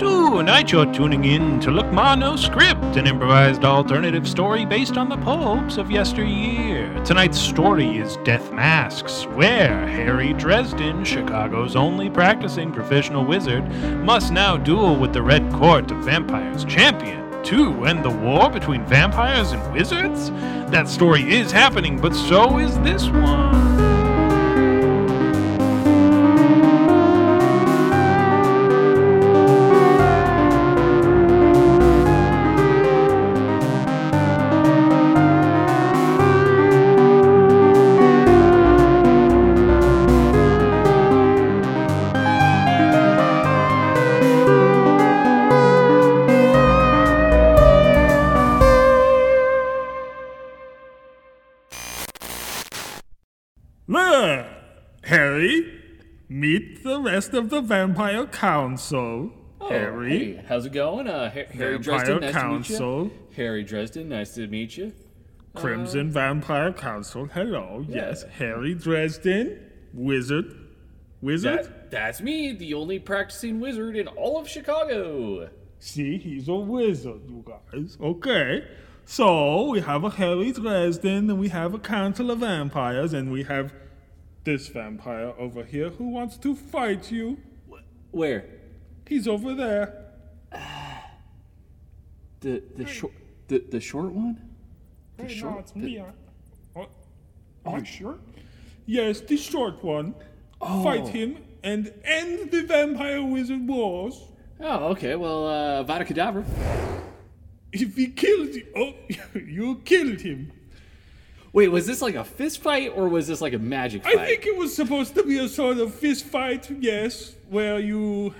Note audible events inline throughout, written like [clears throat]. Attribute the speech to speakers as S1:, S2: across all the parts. S1: Hello, and night you're tuning in to Look Ma No Script, an improvised alternative story based on the pulps of yesteryear. Tonight's story is Death Masks, where Harry Dresden, Chicago's only practicing professional wizard, must now duel with the Red Court of Vampires champion to end the war between vampires and wizards? That story is happening, but so is this one.
S2: There, Harry, meet the rest of the Vampire Council. Harry,
S3: Oh, hey, how's it going? Uh, Ha-
S2: Vampire
S3: Harry Dresden, nice to
S2: Council.
S3: meet you. Harry Dresden, nice to meet you. uh,
S2: Crimson Vampire Council. Hello, yes, Harry Dresden, wizard, wizard.
S3: That, that's me, the only practicing wizard in all of Chicago.
S2: See, he's a wizard, you guys. Okay. So we have a Harry Dresden, and we have a council of vampires, and we have this vampire over here who wants to fight you.
S3: Where?
S2: He's over there.
S3: The the short the, the short one?
S2: Hey,
S3: short-
S2: it's me. I- Oh. What? My shirt? Yes, the short one. Fight him and end the vampire wizard wars.
S3: Oh, okay. Well, uh, Vada Kedavra.
S2: If he kills you, oh, [laughs] you killed him.
S3: Wait, was this like a fist fight or was this like a magic
S2: I
S3: fight?
S2: think it was supposed to be a sort of fist fight, yes, where you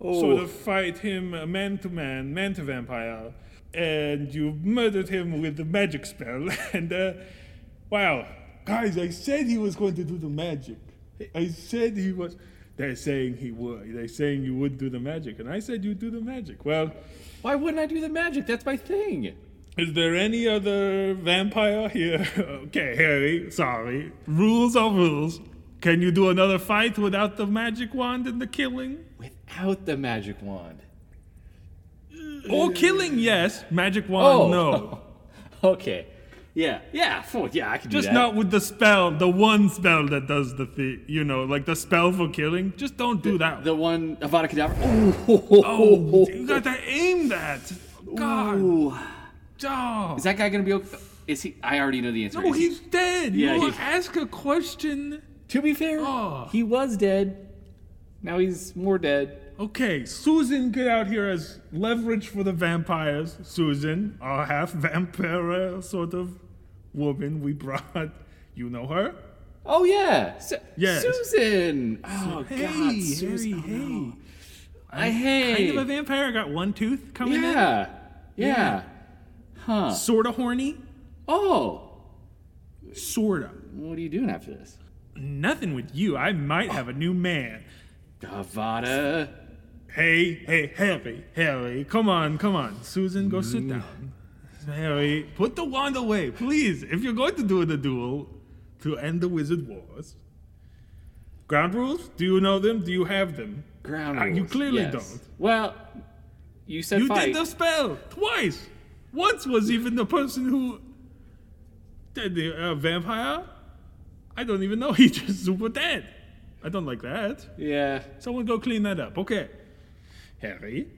S3: oh,
S2: sort of fight him uh, man to man, man to vampire, and you murdered him with the magic spell. [laughs] And uh, wow, guys, I said he was going to do the magic. I said he was. They're saying he would. They're saying you would do the magic, and I said you do the magic. Well,
S3: Why wouldn't I do the magic? That's my thing.
S2: is there any other vampire here? [laughs] okay, Harry, sorry. Rules are rules. Can you do another fight without the magic wand and the killing?
S3: Without the magic wand.
S2: Or killing, yes. Magic wand,
S3: Oh.
S2: no.
S3: Okay. Yeah. Yeah. Fool. Yeah, I can do
S2: Just
S3: that.
S2: not with the spell, the one spell that does the thing, you know, like the spell for killing. Just don't do that.
S3: The one Avada Kedavra. [laughs] Oh,
S2: oh,
S3: [laughs]
S2: you gotta aim that. God,
S3: Ooh.
S2: dog.
S3: Is that guy gonna be okay? Is he? I already know the answer.
S2: No,
S3: Is he-
S2: he's dead.
S3: Yeah,
S2: you
S3: he's-
S2: ask a question.
S3: to be fair,
S2: Oh.
S3: he was dead. Now he's more dead.
S2: Okay, Susan, get out here as leverage for the vampires. Susan, our half vampire sort of woman we brought. You know her?
S3: Oh yeah, Su-
S2: Yes.
S3: Susan. Oh God,
S2: hey,
S3: Susan.
S2: Harry,
S3: oh, no.
S2: hey.
S3: I hey.
S2: Kind of a vampire, got one tooth coming in.
S3: yeah. yeah, Huh.
S2: Sorta horny.
S3: Oh,
S2: Sorta.
S3: what are you doing after this?
S2: Nothing with you. I might have a new man.
S3: Avada.
S2: Hey, hey, Harry, Harry, come on, come on. Susan, go sit down. Harry, put the wand away, please. If you're going to do the duel to end the wizard wars. Ground rules? Do you know them? Do you have them?
S3: Ground
S2: Uh,
S3: rules.
S2: you clearly
S3: yes.
S2: don't.
S3: Well, you said
S2: You
S3: fight.
S2: did the spell twice. Once was even the person who did the uh, vampire. I don't even know. [laughs] He just super dead. I don't like that.
S3: yeah.
S2: Someone go clean that up. Okay. Harry,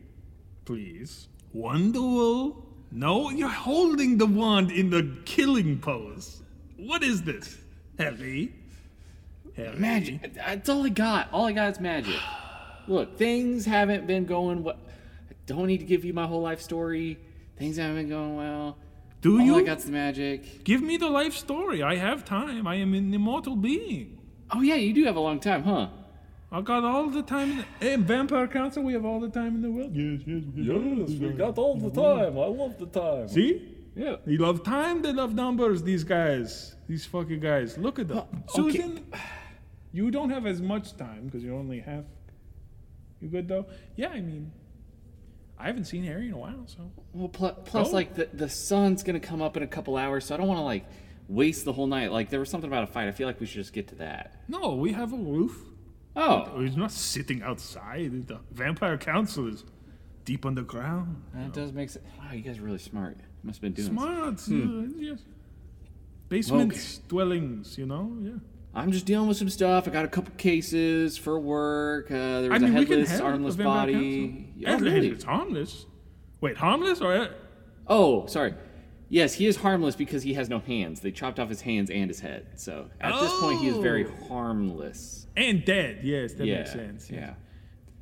S2: please. One duel. No, you're holding the wand in the killing pose. What is this? Harry? Harry.
S3: Magic. That's all I got. All I got is magic. Look, things haven't been going well. I don't need to give you my whole life story. Things haven't been going well.
S2: Do
S3: all
S2: you?
S3: I got's the magic.
S2: Give me the life story. I have time. I am an immortal being.
S3: Oh yeah, you do have a long time, huh?
S2: I got all the time. In the, hey, Vampire Council, we have all the time in the world. Yes, yes, yes.
S3: We got all the time. I love the time.
S2: See?
S3: Yeah.
S2: They love time, they love numbers, these guys. These fucking guys. Look at them.
S3: okay.
S2: Susan, you don't have as much time because you're only half. You good though? Yeah, I mean, I haven't seen Harry in a while, so.
S3: Well, plus, plus
S2: Oh.
S3: like the the sun's gonna come up in a couple hours, so I don't want to like waste the whole night. Like there was something about a fight. I feel like we should just get to that.
S2: No, we have a roof.
S3: Oh.
S2: He's not sitting outside. The vampire council is deep underground.
S3: That does make sense. Wow, you guys are really smart. Must have been doing something.
S2: Smart. uh, yes. Basements, dwellings, you know? Yeah.
S3: I'm just dealing with some stuff. I got a couple cases for work. Uh, there
S2: I
S3: was
S2: mean,
S3: a
S2: we can
S3: headless,
S2: have
S3: armless
S2: a vampire
S3: body.
S2: council.
S3: Oh,
S2: And- and
S3: really?
S2: It's harmless. Wait, harmless or
S3: Oh, sorry. Yes, he is harmless because he has no hands. They chopped off his hands and his head. So at this point, he is very harmless.
S2: and dead? Yes, Oh! that
S3: yeah.
S2: makes sense. yes.
S3: Yeah.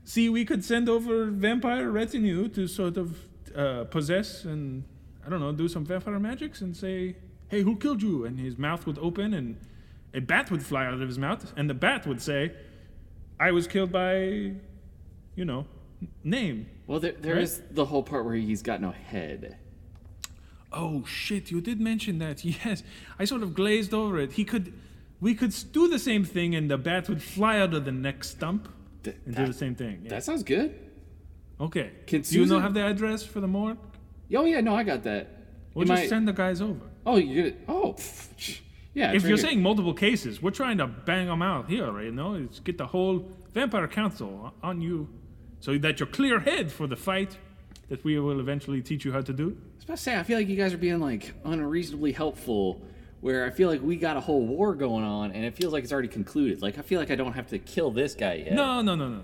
S2: See, we could send over vampire retinue to sort of uh, possess and I don't know, do some vampire magics and say, "Hey, who killed you?" And his mouth would open and a bat would fly out of his mouth, and the bat would say, "I was killed by, you know, n- name."
S3: Well, there, there
S2: Right.
S3: is the whole part where he's got no head.
S2: Oh shit, you did mention that. [laughs] Yes. I sort of glazed over it. He could we could s- do the same thing and the bat would fly out of the next stump
S3: Th-
S2: and do
S3: that,
S2: the same thing. Yeah.
S3: that sounds good.
S2: Okay.
S3: Can
S2: do you
S3: Susan-
S2: not have the address for the morgue?
S3: Oh, yeah, no, I got that.
S2: We'll
S3: Am
S2: just
S3: I-
S2: send the guys over.
S3: Oh, you're gonna. Oh, pff, yeah. it's
S2: If
S3: right
S2: you're
S3: here.
S2: saying multiple cases, we're trying to bang them out here, right? No, it's get the whole vampire council o- on you, so that you're clear head for the fight that we will eventually teach you how to do.
S3: I was about to say, I feel like you guys are being like unreasonably helpful. Where I feel like we got a whole war going on, and it feels like it's already concluded. Like I feel like I don't have to kill this guy yet.
S2: No, no, no, no, no.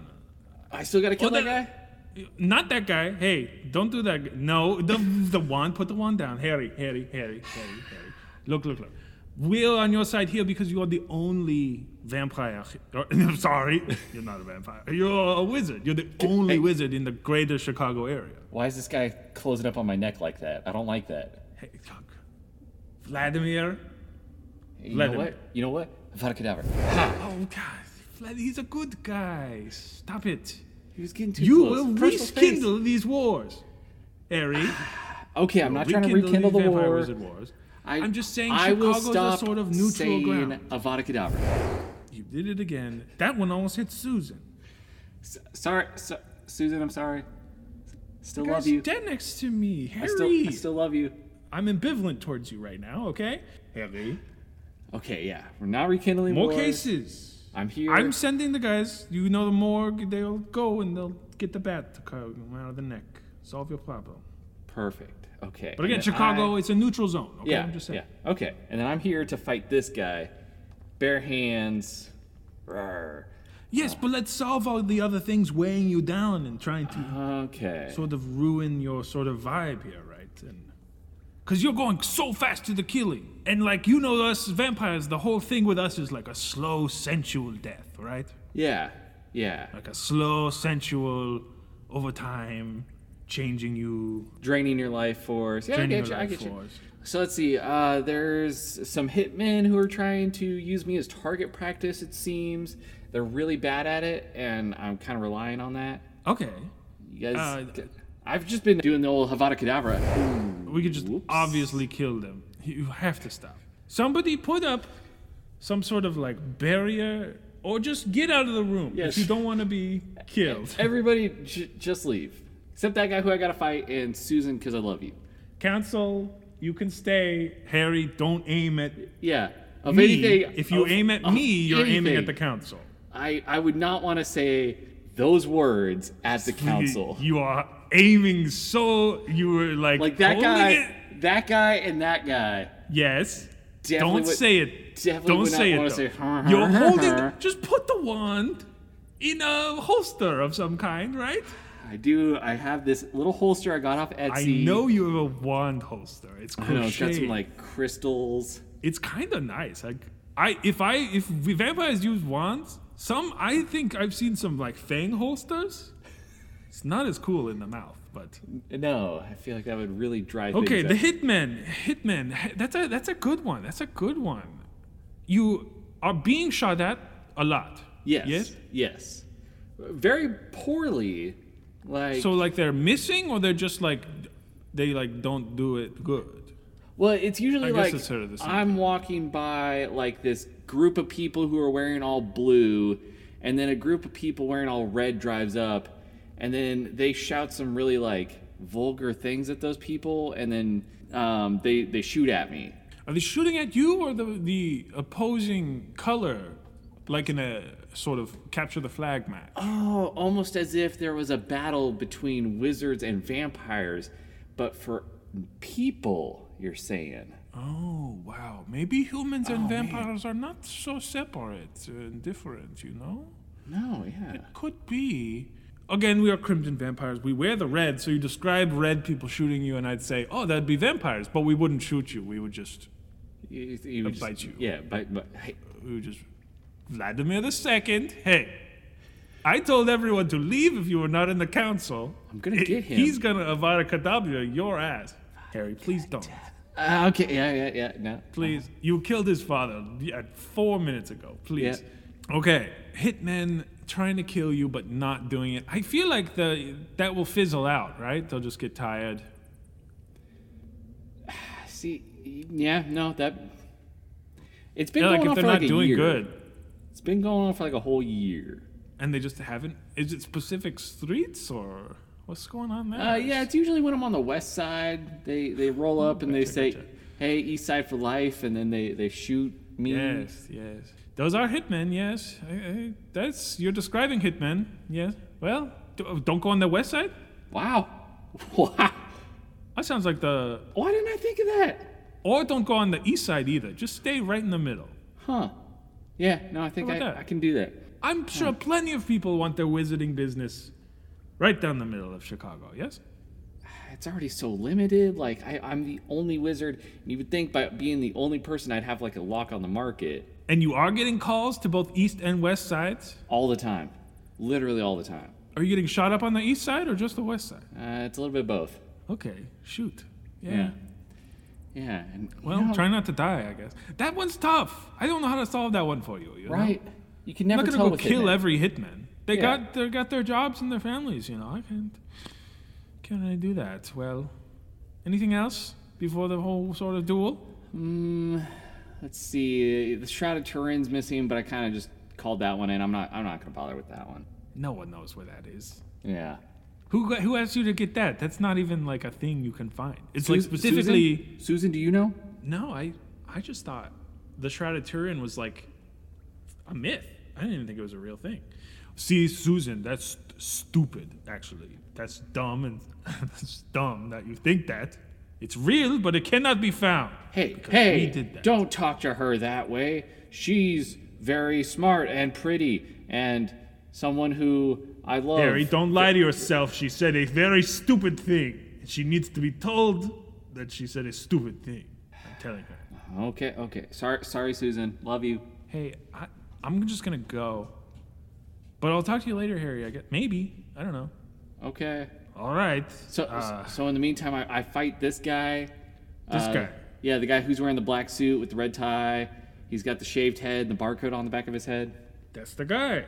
S3: I still got to kill
S2: Well,
S3: that
S2: there-
S3: guy.
S2: Not that guy. Hey, don't do that. g- No, the the wand. Put the wand down, Harry, Harry, Harry, Harry, Harry. Look, look, look. We're on your side here because you are the only vampire. [laughs] he- or- I'm sorry, you're not a vampire. You're a wizard. You're the only wizard in the greater Chicago area.
S3: Why is this guy closing up on my neck like that? I don't like that.
S2: Hey, look. Vladimir.
S3: You
S2: Let
S3: know
S2: him.
S3: what? You know what? Avada Kedavra.
S2: Oh, God. Vlad, he's a good guy. Stop it.
S3: He was getting too
S2: You
S3: close.
S2: will
S3: Personal space.
S2: rekindle these wars, Harry.
S3: Okay, I'm not trying to
S2: Rekindle
S3: rekindle the
S2: these
S3: war.
S2: Vampire Wizard wars.
S3: I,
S2: I'm just saying
S3: I will
S2: Chicago's
S3: stop
S2: a sort of neutral
S3: saying
S2: ground.
S3: Avada Kedavra.
S2: You did it again. That one almost hit Susan.
S3: S- sorry, so, Susan. I'm sorry. Still
S2: Guys,
S3: love you.
S2: stand next to me,
S3: I
S2: Harry.
S3: still, I still love you.
S2: I'm ambivalent towards you right now, okay? Harry.
S3: Okay, yeah. We're not rekindling
S2: More
S3: wars.
S2: cases.
S3: I'm here.
S2: I'm sending the guys. You know the morgue. They'll go and they'll get the bat to come out of the neck. Solve your problem.
S3: perfect. Okay.
S2: But again,
S3: and
S2: Chicago,
S3: I-
S2: it's a neutral zone. Okay,
S3: yeah.
S2: I'm just saying.
S3: Yeah. Okay. And then I'm here to fight this guy. Bare hands. Rawr.
S2: Yes, but let's solve all the other things weighing you down and trying to
S3: Okay.
S2: sort of ruin your sort of vibe here, right? And because you're going so fast to the killing, and like you know us vampires, the whole thing with us is like a slow, sensual death, right?
S3: yeah. Yeah.
S2: Like a slow, sensual, over time, changing you,
S3: Draining your life force. Yeah,
S2: draining
S3: I get you.
S2: your
S3: I
S2: life
S3: get you.
S2: force.
S3: So let's see. Uh, there's some hitmen who are trying to use me as target practice. It seems they're really bad at it, and I'm kind of relying on that.
S2: Okay.
S3: You guys,
S2: Uh,
S3: I've just been doing the old Havana Kedavra.
S2: We could just obviously kill them. You have to stop. Somebody put up some sort of like barrier or just get out of the room
S3: Yes.
S2: if you don't want to be
S3: [laughs]
S2: killed.
S3: Everybody, j- just leave. Except that guy who I got to fight, and Susan, because I love you.
S2: Council, you can stay. Harry, don't aim at
S3: Yeah. Of
S2: me.
S3: anything,
S2: if you
S3: of-
S2: aim at
S3: of
S2: me, you're aiming at
S3: anything,
S2: the council.
S3: I, I would not want to say those words at the council.
S2: [laughs] You are aiming so you were like
S3: like that
S2: holding
S3: guy,
S2: it.
S3: that guy, and that guy.
S2: Yes.
S3: Definitely
S2: Don't
S3: would-
S2: say it.
S3: definitely
S2: Don't
S3: would not
S2: say
S3: wanna
S2: it.
S3: say,
S2: though. You're holding. Just put the wand in a holster of some kind, right?
S3: I do. I have this little holster I got off Etsy.
S2: I know you have a wand holster. It's
S3: I
S2: crochet.
S3: know, it's got some like crystals.
S2: it's kind of nice. Like I, if I, if we- vampires use wands, some I think I've seen some like fang holsters. It's not as cool in the mouth, but
S3: No, I feel like that would really drive.
S2: okay.
S3: things
S2: The
S3: up.
S2: hitman, hitman. That's a that's a good one. That's a good one. You are being shot at a lot.
S3: Yes.
S2: Yes.
S3: Yes. Very poorly. Like
S2: So like they're missing, or they're just like they like don't do it good.
S3: Well, it's usually
S2: I guess
S3: like
S2: it's sort of the same
S3: I'm walking by like this group of people who are wearing all blue, and then a group of people wearing all red drives up, and then they shout some really like vulgar things at those people, and then um, they they shoot at me.
S2: Are they shooting at you or the the opposing color? like in a sort of capture the flag match.
S3: Oh, almost as if there was a battle between wizards and vampires, but for people, you're saying.
S2: Oh wow, maybe humans
S3: Oh,
S2: and vampires are not so separate and different, you know?
S3: No, yeah.
S2: Could be. Again, we are crimson vampires. We wear the red, so you describe red people shooting you, and I'd say, oh, that'd be vampires, but we wouldn't shoot you. We would just,
S3: You, you just-
S2: bite you.
S3: Yeah, bite, but hey,
S2: we would just. Vladimir the Second. Hey, I told everyone to leave if you were not in the council.
S3: I'm gonna get him.
S2: He's gonna Avada Kedavra your ass. Harry, please don't.
S3: Uh, okay, yeah, yeah, yeah. No,
S2: Please. You killed his father yeah, four minutes ago. Please. Okay. Hitmen trying to kill you but not doing it. I feel like the that will fizzle out, right? They'll just get tired.
S3: see, yeah, no, that. It's been
S2: Yeah,
S3: going
S2: like
S3: on
S2: if they're
S3: for
S2: not
S3: like a
S2: doing
S3: year.
S2: good
S3: It's been going on for like a whole year.
S2: and they just haven't is it specific streets or what's going on there?
S3: Uh, yeah, it's usually when I'm on the west side. They they roll up and they say, "Hey, east side for life," and then they they shoot me.
S2: Yes, yes. Those are hitmen, yes. I, I, that's you're describing hitmen. Yes. Well, d- oh, don't go on the west side.
S3: Wow, [laughs] wow.
S2: That sounds like the
S3: Why didn't I think of that?
S2: or don't go on the east side either. Just stay right in the middle.
S3: Huh? Yeah. No, I think
S2: How about
S3: I,
S2: that?
S3: I can do that.
S2: I'm
S3: Hmm.
S2: sure plenty of people want their wizarding business right down the middle of Chicago, yes?
S3: It's already so limited. Like I, I'm the only wizard. And you would think by being the only person, I'd have like a lock on the market
S2: And you are getting calls to both east and west sides?
S3: all the time, literally all the time.
S2: Are you getting shot up on the east side or just the west side?
S3: Uh, it's a little bit of both.
S2: Okay, shoot. Yeah.
S3: Yeah. Yeah. And, you
S2: Well,
S3: know,
S2: try not to die, I guess. That one's tough. I don't know how to solve that one for you. you know?
S3: right. You can
S2: I'm
S3: never
S2: not gonna
S3: tell
S2: go
S3: with
S2: kill
S3: hitmen.
S2: every hitman. They
S3: Yeah.
S2: got they got their jobs and their families, you know. I can't can I do that? Well anything else before the whole sort of duel?
S3: Let's see. The Shroud of Turin's missing, but I kind of just called that one in. I'm not. I'm not gonna bother with that one.
S2: No one knows where that is.
S3: Yeah.
S2: Who got- who asked you to get that? That's not even like a thing you can find. It's like
S3: Sus-
S2: specifically
S3: Susan? Susan, do you know?
S2: no. I I just thought the Shroud of Turin was like a myth. I didn't even think it was a real thing. See, Susan, that's st- stupid. Actually, that's dumb and [laughs] that's dumb that you think that. It's real, but it cannot be found.
S3: Hey, hey!
S2: we did that.
S3: Don't talk to her that way. She's very smart and pretty, and someone who I love.
S2: Harry, don't lie to yourself. She said a very stupid thing. She needs to be told that she said a stupid thing. I'm telling her.
S3: Okay, okay. Sorry, sorry, Susan. Love you.
S2: Hey, I, I'm just gonna go. But I'll talk to you later, Harry. I guess maybe I don't know.
S3: Okay.
S2: All right.
S3: So,
S2: Uh,
S3: so in the meantime, I, I fight this guy. Uh,
S2: This guy.
S3: Yeah, the guy who's wearing the black suit with the red tie. He's got the shaved head and the barcode on the back of his head.
S2: that's the guy,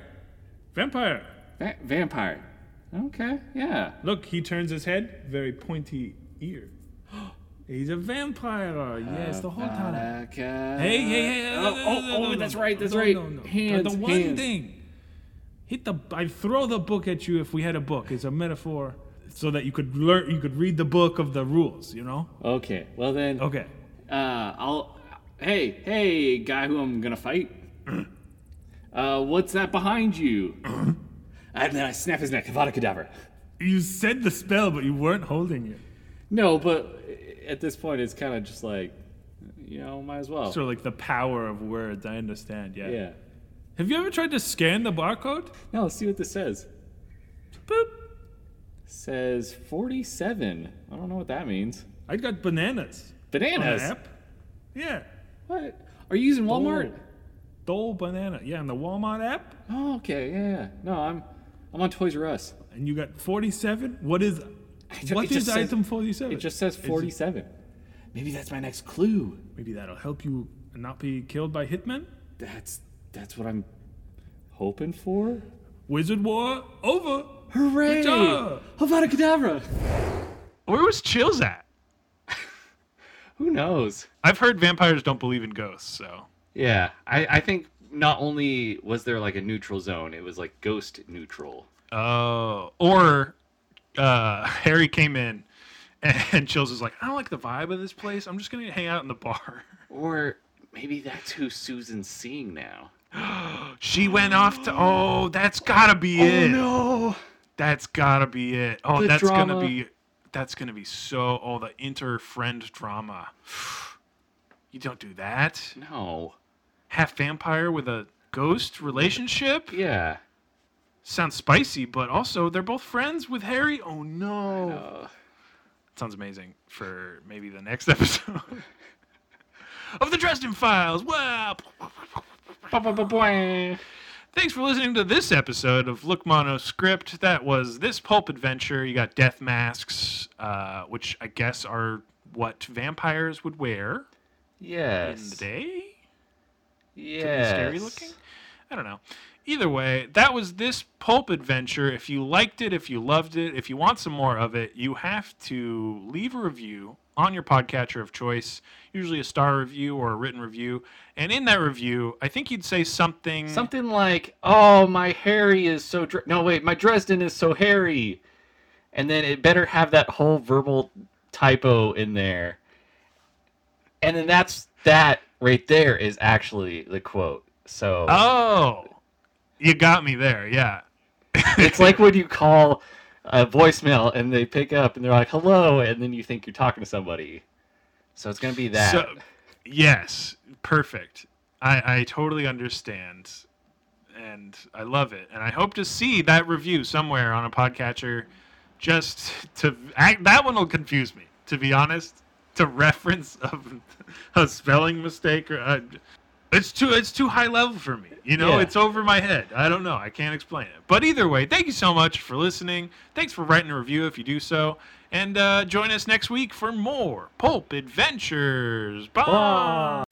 S2: vampire.
S3: Va- vampire. Okay, yeah.
S2: Look, he turns his head, very pointy ear. [gasps] He's a vampire. Yes, the whole time.
S3: Okay. Hey,
S2: Hey, hey, hey!
S3: Oh,
S2: no, no,
S3: oh,
S2: no, no,
S3: oh,
S2: no,
S3: that's
S2: no,
S3: right, that's
S2: no,
S3: right.
S2: no, no.
S3: Hands,
S2: the one
S3: hands.
S2: thing. Hit the. I'd throw the book at you if we had a book. It's a metaphor, so that you could learn. You could read the book of the rules. You know.
S3: Okay, well then, uh,
S2: Okay.
S3: I'll. Hey, hey, guy who I'm gonna
S2: [clears throat]
S3: fight. uh, what's that
S2: [clears throat]
S3: behind you? and then I snap his neck. Avada Kedavra.
S2: You said the spell, but you weren't holding it.
S3: No, but at this point, it's kind of just like, you know, might as well.
S2: Sort of like the power of words. I understand. Yeah.
S3: Yeah.
S2: Have you ever tried to scan the barcode?
S3: Now let's see what this says.
S2: Boop.
S3: Says 47. I don't know what that means.
S2: I got bananas. on the
S3: Bananas.
S2: app. Yeah.
S3: What? Are you using Walmart?
S2: Oh. Dole banana. Yeah, on the Walmart app.
S3: Oh, okay. Yeah, yeah. No, I'm, I'm on Toys R Us.
S2: And you got 47. What is what
S3: [laughs] it
S2: is
S3: just says-
S2: item 47?
S3: It just says
S2: Is it-
S3: 47. Maybe that's my next clue.
S2: Maybe that'll help you not be killed by hitmen.
S3: That's that's what I'm hoping for.
S2: Wizard war over.
S3: Hooray!
S2: Good job!
S3: Havana Kedavra.
S1: Where was Chills at?
S3: Who knows?
S1: I've heard vampires don't believe in ghosts, so.
S3: Yeah, I, I think not only was there like a neutral zone, it was like ghost neutral.
S1: Oh. Or uh, Harry came in [laughs] and Chills is like, I don't like the vibe of this place. I'm just going to hang out in the bar.
S3: Or maybe that's who Susan's seeing now.
S1: She went off to. Oh, that's gotta be it.
S3: no.
S1: That's gotta be it. Oh,
S3: The
S1: that's
S3: drama.
S1: gonna be. That's gonna be so. Oh, the inter friend drama. [sighs] You don't do that.
S3: No.
S1: Half vampire with a ghost relationship.
S3: Yeah.
S1: Sounds spicy, but also they're both friends with Harry. Oh no.
S3: Uh,
S1: Sounds amazing for maybe the next [laughs] episode of the Dresden Files. Wow.
S3: ba-ba-ba-boing.
S1: Thanks for listening to this episode of Look Mono Script. That was this pulp adventure. You got death masks, uh, which I guess are what vampires would wear in the
S3: yes.
S1: day.
S3: Yes.
S1: scary looking? I don't know. Either way, that was this pulp adventure. If you liked it, if you loved it, if you want some more of it, you have to leave a review on your podcatcher of choice, usually a star review or a written review. And in that review, I think you'd say something.
S3: Mm. Something like, "Oh, my Harry is so dr- no wait, my Dresden is so hairy," and then it better have that whole verbal typo in there, and then that's that right there is actually the quote. So
S1: Oh, you got me there. Yeah.
S3: it's like when you call a voicemail and they pick up and they're like, "Hello," and then you think you're talking to somebody. So it's gonna be that.
S1: So, yes, perfect. I, I totally understand, and I love it. And I hope to see that review somewhere on a podcatcher. Just [laughs] to I, that one will confuse me, to be honest. To reference [laughs] of a spelling mistake or uh, it's too it's too high level for me. You know,
S3: Yeah.
S1: it's over my head. I don't know. I can't explain it. But either way, thank you so much for listening. Thanks for writing a review if you do so. And uh, join us next week for more Pulp Adventures. Bye.